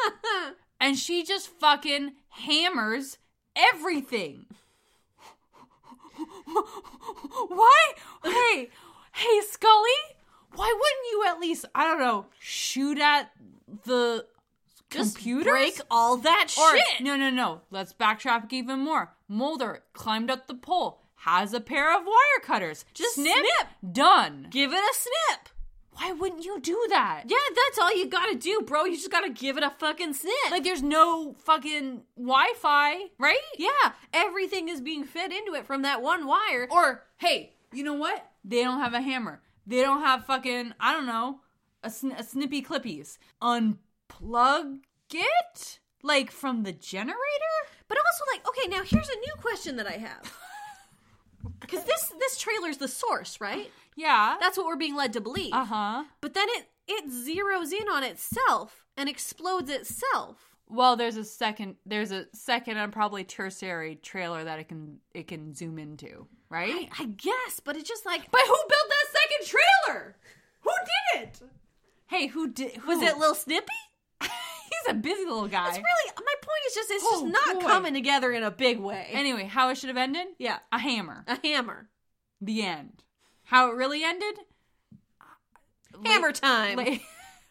and she just fucking hammers everything. Why? Hey, hey, Scully, why wouldn't you at least, I don't know, shoot at the
Just
computers?
break all that
Or-
shit.
No, no, no. Let's backtrack even more. Mulder climbed up the pole, has a pair of wire cutters.
Just
snip,
snip.
done.
Give it a snip.
Why wouldn't you do that?
Yeah, that's all you gotta do, bro. You just gotta give it a fucking snip.
Like there's no fucking Wi-Fi, right?
yeah, everything is being fed into it from that one wire.
Or hey, you know what? They don't have a hammer. They don't have fucking I don't know a, sn- a snippy clippies. Unplug it like from the generator.
But also, like, okay, now here's a new question that I have. Because this this trailer's the source, right?
Yeah.
That's what we're being led to believe.
Uh huh.
But then it it zeroes in on itself and explodes itself.
Well, there's a second. There's a second and probably tertiary trailer that it can it can zoom into, right?
I, I guess, but it's just like
But who built that second trailer?
who did it?
Hey, who did? Who?
Was it Lil Snippy?
He's a busy little guy.
It's really my point is just it's
Oh,
just not
boy.
coming together in a big way.
Anyway, how it should have ended?
yeah,
A hammer.
a hammer,
The end. How it really ended?
hammer time.
La-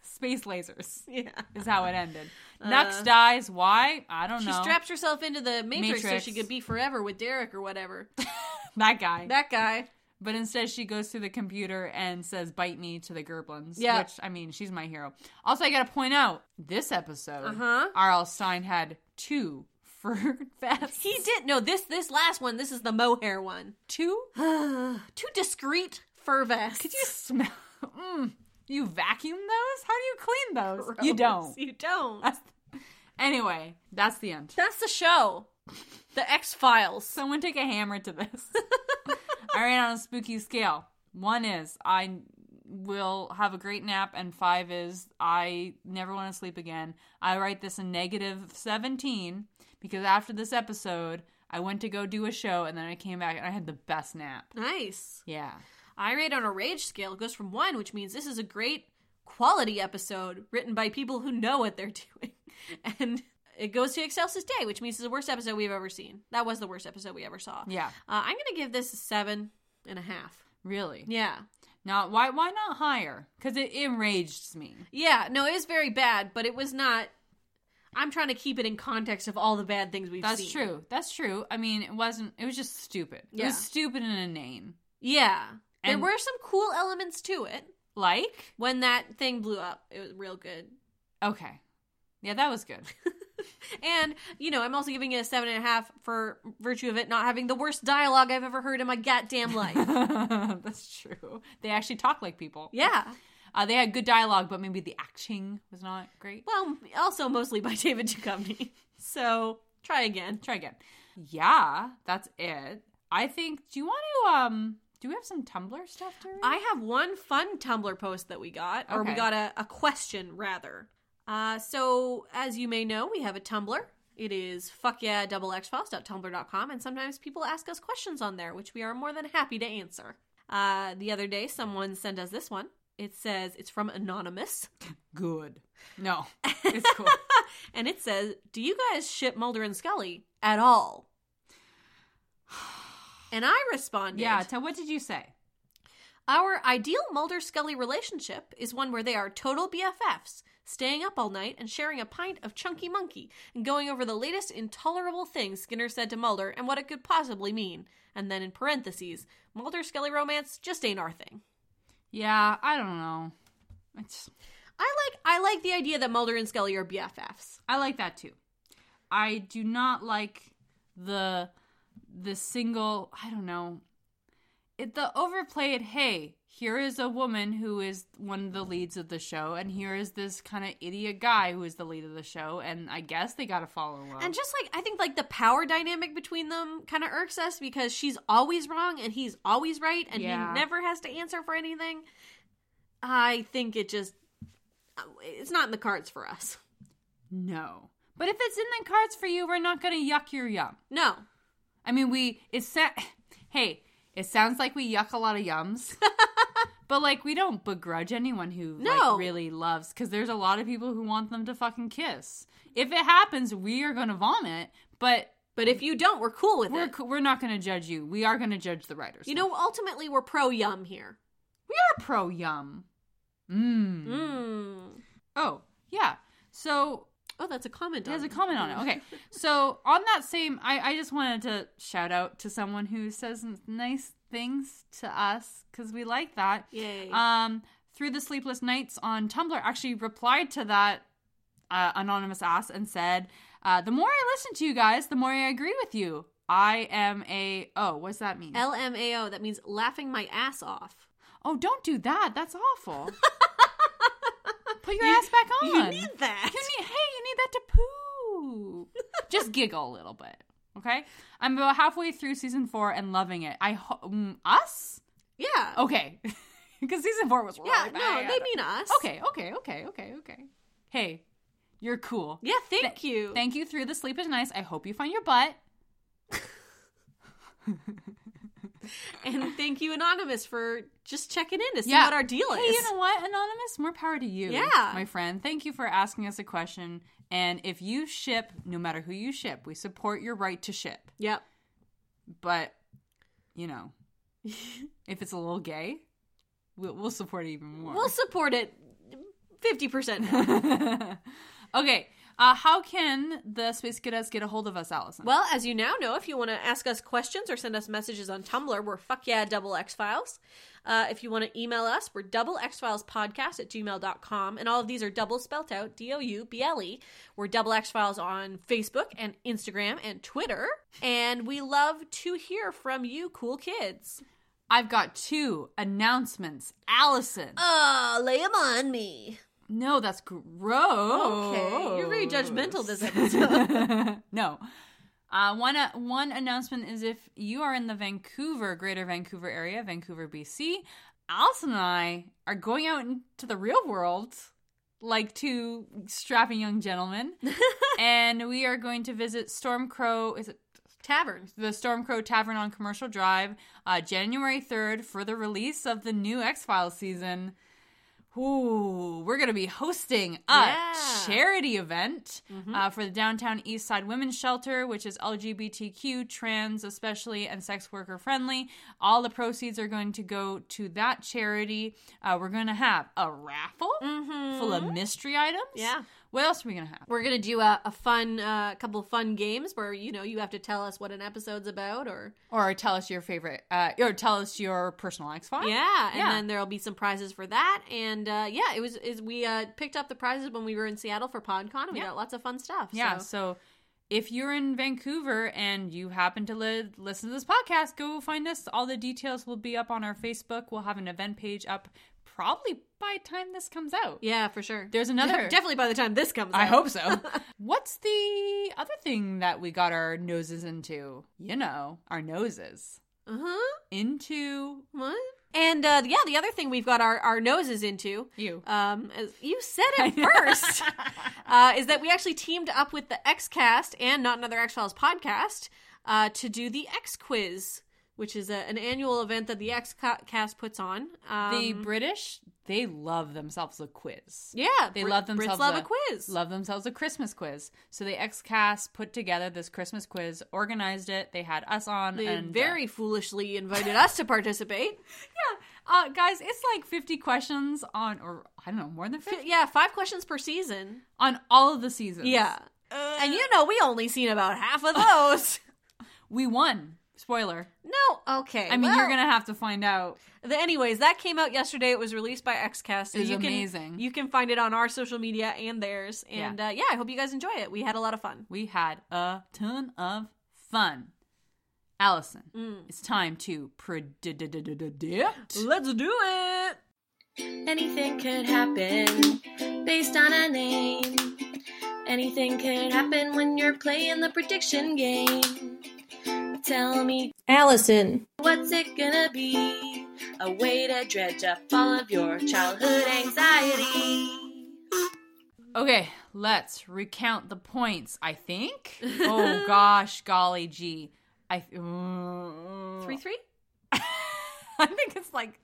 space lasers
yeah. Uh.
is how it ended. Nux dies. Why? I don't
She
know.
straps herself into the matrix,
Matrix.
so she could be forever with Derek or whatever.
that guy.
that guy.
But instead, she goes to the computer and says, "Bite me" to the Gerblins.
Yeah.
Which I mean, she's my hero. Also, I gotta point out this episode.
Uh-huh.
R.L. Stein had two fur vests.
He did no this this last one. This is the mohair one.
two.
Two discreet fur vests.
Could you smell? Mm. You vacuum those? How do you clean those? You don't.
You don't.
Anyway, that's the end.
That's the show. The X Files.
Someone take a hammer to this. All right, on a spooky scale. One is I will have a great nap, and five is I never want to sleep again. I write this a negative 17 because after this episode, I went to go do a show, and then I came back and I had the best nap.
Nice.
Yeah.
I rate on a rage scale goes from one, which means this is a great quality episode written by people who know what they're doing. And it goes to Excelsis Day, which means it's the worst episode we've ever seen. That was the worst episode we ever saw.
Yeah.
Uh, I'm going to give this a seven and a half.
Really?
Yeah.
Now, why why not higher? Because it enraged me.
Yeah. No, it was very bad, but it was not. I'm trying to keep it in context of all the bad things we've
That's
seen.
true. That's true. I mean, it wasn't. It was just stupid. It
Yeah.
was stupid and inane.
Yeah.
And-
there were some cool elements to it.
Like,
When that thing blew up, it was real good.
okay, yeah, that was good.
And, you know, I'm also giving it a seven and a half for virtue of it not having the worst dialogue I've ever heard in my goddamn life.
That's true. They actually talk like people.
yeah.
Uh, they had good dialogue, but maybe the acting was not great.
Well, also mostly by David Duchovny. So try again.
Try again. Yeah, that's it. I think. Do you want to? Um, do we have some Tumblr stuff to read?
I have one fun Tumblr post that we got, or we
Okay.
got a, a question rather. Uh, so, as you may know, we have a Tumblr. It is fuckyeahdoubleXfiles.tumblr.com, and sometimes people ask us questions on there, which we are more than happy to answer. Uh, the other day, someone sent us this one. It says it's from Anonymous.
good. No, it's cool.
and it says, "Do you guys ship Mulder and Scully at all?" And I responded,
yeah. So, what did you say?
Our ideal Mulder Scully relationship is one where they are total BFFs, staying up all night and sharing a pint of Chunky Monkey and going over the latest intolerable thing Skinner said to Mulder and what it could possibly mean. And then in parentheses, Mulder Scully romance just ain't our thing.
Yeah, I don't know. It's.
I like I like the idea that Mulder and Scully are BFFs.
I like that too. I do not like the the single. I don't know. It, the overplayed. Hey, here is a woman who is one of the leads of the show, and here is this kind of idiot guy who is the lead of the show, and I guess they got to follow up.
And just like I think like the power dynamic between them kind of irks us because she's always wrong and he's always right and
Yeah.
he never has to answer for anything. I think it just uh, it's not in the cards for us.
no, but if it's in the cards for you, we're not gonna yuck your yum.
No.
I mean, we it sa- Hey, it sounds like we yuck a lot of yums, but like we don't begrudge anyone who
No.
like really loves because there's a lot of people who want them to fucking kiss. If it happens, we are going to vomit, but
But if you don't, we're cool with
we're
it.
c- we're not going to judge you. We are going to judge the writers.
You know, ultimately we're pro yum here.
we are pro yum. Mm.
Mm.
Oh yeah. So
Oh, that's a comment on
There's a
it.
comment on it. Okay. So on that same, I, I just wanted to shout out to someone who says n- nice things to us because we like that.
Yay.
Um, through the sleepless nights on Tumblr, actually replied to that uh, anonymous ass and said, uh, "The more I listen to you guys, the more I agree with you. I am a oh, what's that mean?
LMAO, that means laughing my ass off.
oh, don't do that. That's awful. Put your ass back on.
You need that.
You need, hey, you need that to poo. Just giggle a little bit. Okay, I'm about halfway through season four and loving it. I ho- mm, us
Yeah.
okay because season four was really
yeah. No,
bad.
they mean us.
okay, okay, okay, okay, okay. Hey, you're cool.
Yeah. Thank you.
Thank you. Through the sleep is nice. I hope you find your butt.
and thank you, anonymous, for just checking in to see
Yeah.
what our deal is.
Hey, you know what, Anonymous? More power to you.
Yeah.
My friend. Thank you for asking us a question. And if you ship, no matter who you ship, we support your right to ship.
Yep.
But, you know, if it's a little gay, we'll, we'll support it even more.
We'll support it. Fifty percent. Well,
okay. Uh, how can the Space Kiddos get a hold of us, Allison?
as you now know, if you want to ask us questions or send us messages on Tumblr, we're fuck yeah double X Files. Uh, if you want to email us, we're double X Files podcast at gmail.com. And all of these are double spelt out D O U B L E. We're double X Files on Facebook and Instagram and Twitter. And we love to hear from you, cool kids.
I've got two announcements. Allison.
Uh, lay 'em on me.
no, that's gross.
Okay. You're very judgmental
Oh.
this episode.
no. Uh, one uh, one announcement is if you are in the Vancouver, Greater Vancouver area, Vancouver, BC, Allison and I are going out into the real world like two strapping young gentlemen, and we are going to visit Stormcrow. Is it
Tavern.
the Stormcrow Tavern on Commercial Drive, uh, January 3rd, for the release of the new X Files season. Ooh, we're going to be hosting a
Yeah. Mm-hmm.
charity event uh, for the Downtown East Side Women's Shelter, which is LGBTQ, trans, especially, and sex worker friendly. All the proceeds are going to go to that charity. Uh, we're going to have a raffle full of mystery items.
Mm-hmm. Yeah.
What else are we going to have?
We're gonna do a, a fun, uh, couple of fun games where you know you have to tell us what an episode's about, or
Or tell us your favorite, uh, or tell us your personal X Files.
yeah, and
Yeah.
then there'll be some prizes for that. And uh, yeah, it was is we uh, picked up the prizes when we were in Seattle for PodCon. and We
Yeah.
got lots of fun stuff.
Yeah.
so.
So if you're in Vancouver and you happen to li- listen to this podcast, go find us. All the details will be up on our Facebook. We'll have an event page up probably by the time this comes out.
yeah, for sure.
There's another.
definitely by the time this comes.
I
out.
hope so. What's the other thing that we got our noses into? You know, our noses
Uh huh.
into
What? And uh, yeah, the other thing we've got our, our noses into
you.
Um, as you said it first. uh, is that we actually teamed up with the XCast and Not Another X Files podcast uh, to do the X Quiz, which is a, an annual event that the XCast puts on. Um,
the British, they love themselves a quiz.
yeah,
They
Brit-
love themselves
Brits love
a,
a, quiz.
Love themselves a Christmas quiz. So the XCast put together this Christmas quiz, organized it. They had us on.
they
and,
very foolishly invited us to participate.
uh, uh, guys, it's like fifty questions on, or I don't know, more than
F-
fifty
Yeah, five questions per season.
on all of the seasons.
Yeah, and you know we only seen about half of those.
we won. Spoiler.
no, okay.
I mean, you're
well-
gonna have to find out.
The, anyways, that came out yesterday. It was released by XCast. So
It was
you can,
amazing.
You can find it on our social media and theirs. And yeah. Uh, yeah, I hope you guys enjoy it. We had a lot of fun.
We had a ton of fun. Allison, it's time to predict.
Let's do it.
Anything could happen based on a name. Anything could happen when you're playing the prediction game. Tell me, Allison, what's it gonna be? A way to dredge up all of your childhood anxiety.
Okay, let's recount the points. I think. Oh gosh, golly gee, I
Three three.
I think it's like,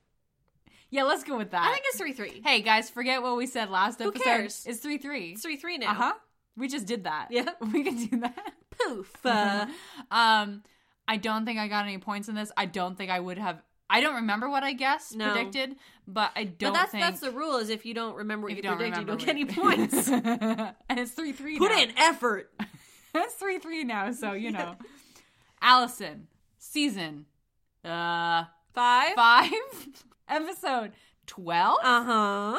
yeah, let's go with that.
I think it's three three.
hey guys, forget what we said last episode.
cares?
It's three three.
It's three three now.
Uh huh. We just did that.
Yeah.
we can do that.
Poof. Uh,
um, I don't think I got any points in this. I don't think I would have. I don't remember what I guessed
No.
predicted, but I don't.
but that's
think
that's the rule: is if you don't remember what
if
you,
you don't
predicted, you
remember,
don't get any
what you-
points.
and it's three three.
Put
now.
in effort.
That's three three now, so you know. Allison, season uh
Five.
five, episode twelve.
Uh huh.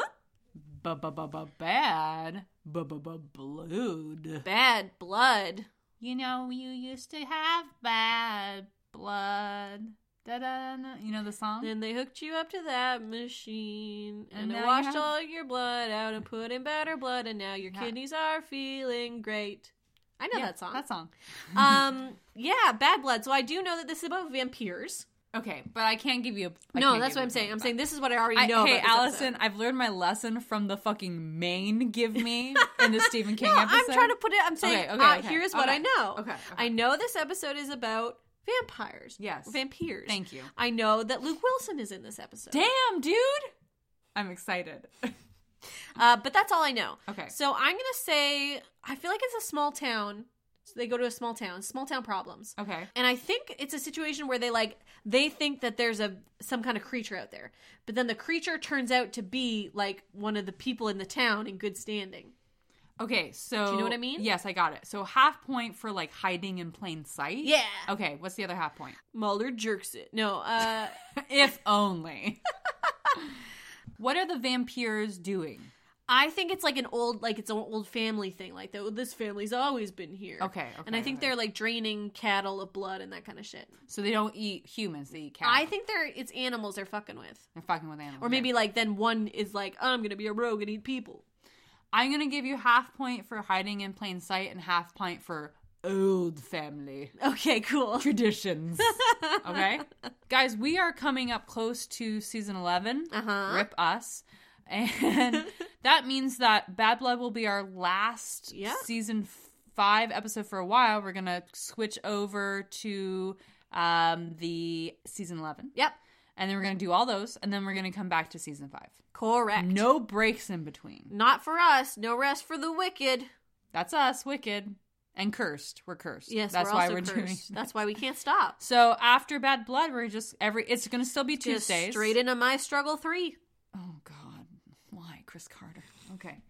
Ba ba ba ba bad. Ba ba ba blood.
Bad blood.
You know you used to have bad blood. Da da da. You know the song.
Then they hooked you up to that machine
And
and,
now
it
you
washed
have-
all your blood out and put in better blood and now your
Yeah.
kidneys are feeling great. I know
Yeah,
that song.
That song.
um, yeah, Bad Blood. So I do know that this is about vampires.
Okay, but I can't give you. a I
no,
can't
that's
give
what
you
I'm
a
saying.
point
I'm
back.
saying this is what I already
I,
know.
hey,
about this
Allison,
episode.
I've learned my lesson from the fucking main give me in the Stephen King
no,
episode.
I'm trying to put it. I'm saying
Okay, okay,
uh,
okay,
here's what I
okay,
know.
okay, okay.
I know this episode is about vampires.
Yes.
vampires.
Thank you.
I know that Luke Wilson is in this episode.
Damn, dude! I'm excited.
Uh, but that's all I know.
Okay.
So I'm gonna say I feel like it's a small town. So they go to a small town. Small town problems.
Okay.
And I think it's a situation where they like they think that there's a some kind of creature out there, but then the creature turns out to be like one of the people in the town in good standing.
Okay, so. Do
you know what I mean?
Yes, I got it. So half point for like hiding in plain sight.
Yeah.
Okay, what's the other half point?
Mulder jerks it. No. Uh,
If only. what are the vampires doing?
I think it's like an old like it's an old family thing. Like the, this family's always been here.
Okay,
And I
okay,
think
okay.
they're like draining cattle of blood and that kind of shit.
So they don't eat humans; they eat cats.
I think they're it's animals they're fucking with.
they're fucking with animals.
Or maybe like then one is like, I'm gonna be a rogue and eat people.
I'm gonna give you half point for hiding in plain sight and half point for old family
Okay, cool.
traditions. okay, guys, we are coming up close to season 11
Uh-huh.
Rip us, and that means that Bad Blood will be our last
Yeah.
season five episode for a while. We're gonna switch over to um, the season 11.
Yep.
And then we're gonna do all those, and then we're gonna come back to season five.
Correct.
No breaks in between.
Not for us. No rest for the wicked.
That's us, wicked and cursed. We're cursed.
Yes,
that's
we're
why
also
we're doing.
cursed. That's why we can't stop.
So after Bad Blood, we're just every. It's gonna still be
Just
Tuesdays.
straight into my struggle three.
Oh God, why Chris Carter? Okay,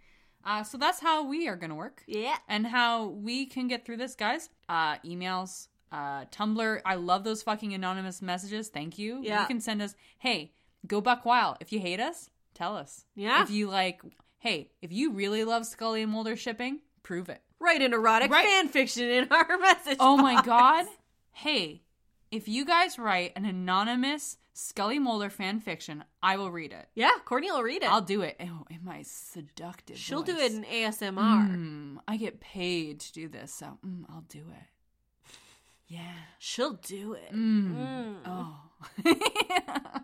uh, so that's how we are gonna work.
Yeah.
And how we can get through this, guys? Uh, emails, uh, Tumblr. I love those fucking anonymous messages. Thank you.
Yeah.
You can send us. Hey, go buck wild. If you hate us, tell us.
Yeah.
If you like, hey, if you really love Scully and Mulder shipping, prove it.
Write an erotic
Right.
fan fiction in our message.
Oh my
box.
god. Hey, if you guys write an anonymous Scully Mulder fan fiction, I will read it.
Yeah, Courtney will read it.
I'll do it. Oh, in my seductive.
She'll do
voice.
it in ASMR.
Mm, I get paid to do this, so mm, I'll do it. Yeah.
She'll do it.
Mm.
Hmm.
Oh.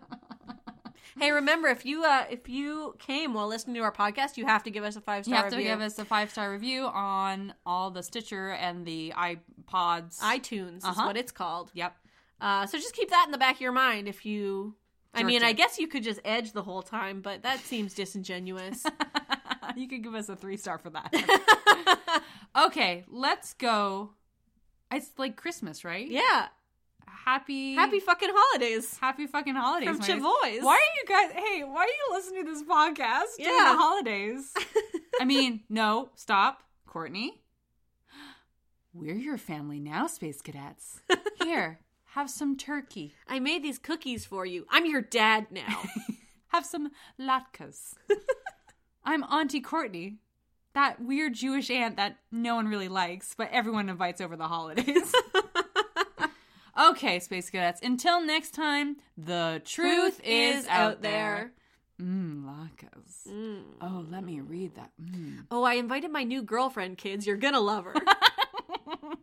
Hey, remember if you uh if you came while listening to our podcast, you have to give us a five
You
star
have to
review.
give us a five star review on all the Stitcher and the iPods.
iTunes is
Uh-huh.
what it's called.
Yep.
Uh, so just keep that in the back of your mind if you. I
Jerked
mean, I
it.
guess you could just edge the whole time, but that seems disingenuous.
you could give us a three star for that. okay, let's go. It's like Christmas, right?
yeah.
Happy,
Happy fucking holidays.
happy fucking holidays
From
my-
Chavoys.
Why are you guys? Hey, why are you listening to this podcast during
Yeah.
the holidays? I mean, no, stop, Courtney. We're your family now, Space Cadets. Here, have some turkey.
I made these cookies for you. I'm your dad now.
Have some latkes. I'm Auntie Courtney, that weird Jewish aunt that no one really likes, but everyone invites over the holidays. okay, Space Cadets, until next time, the truth, is, out there. Mm. Mmm, latkes. Oh, let me read that. Mm.
Oh, I invited my new girlfriend, kids. You're gonna love her.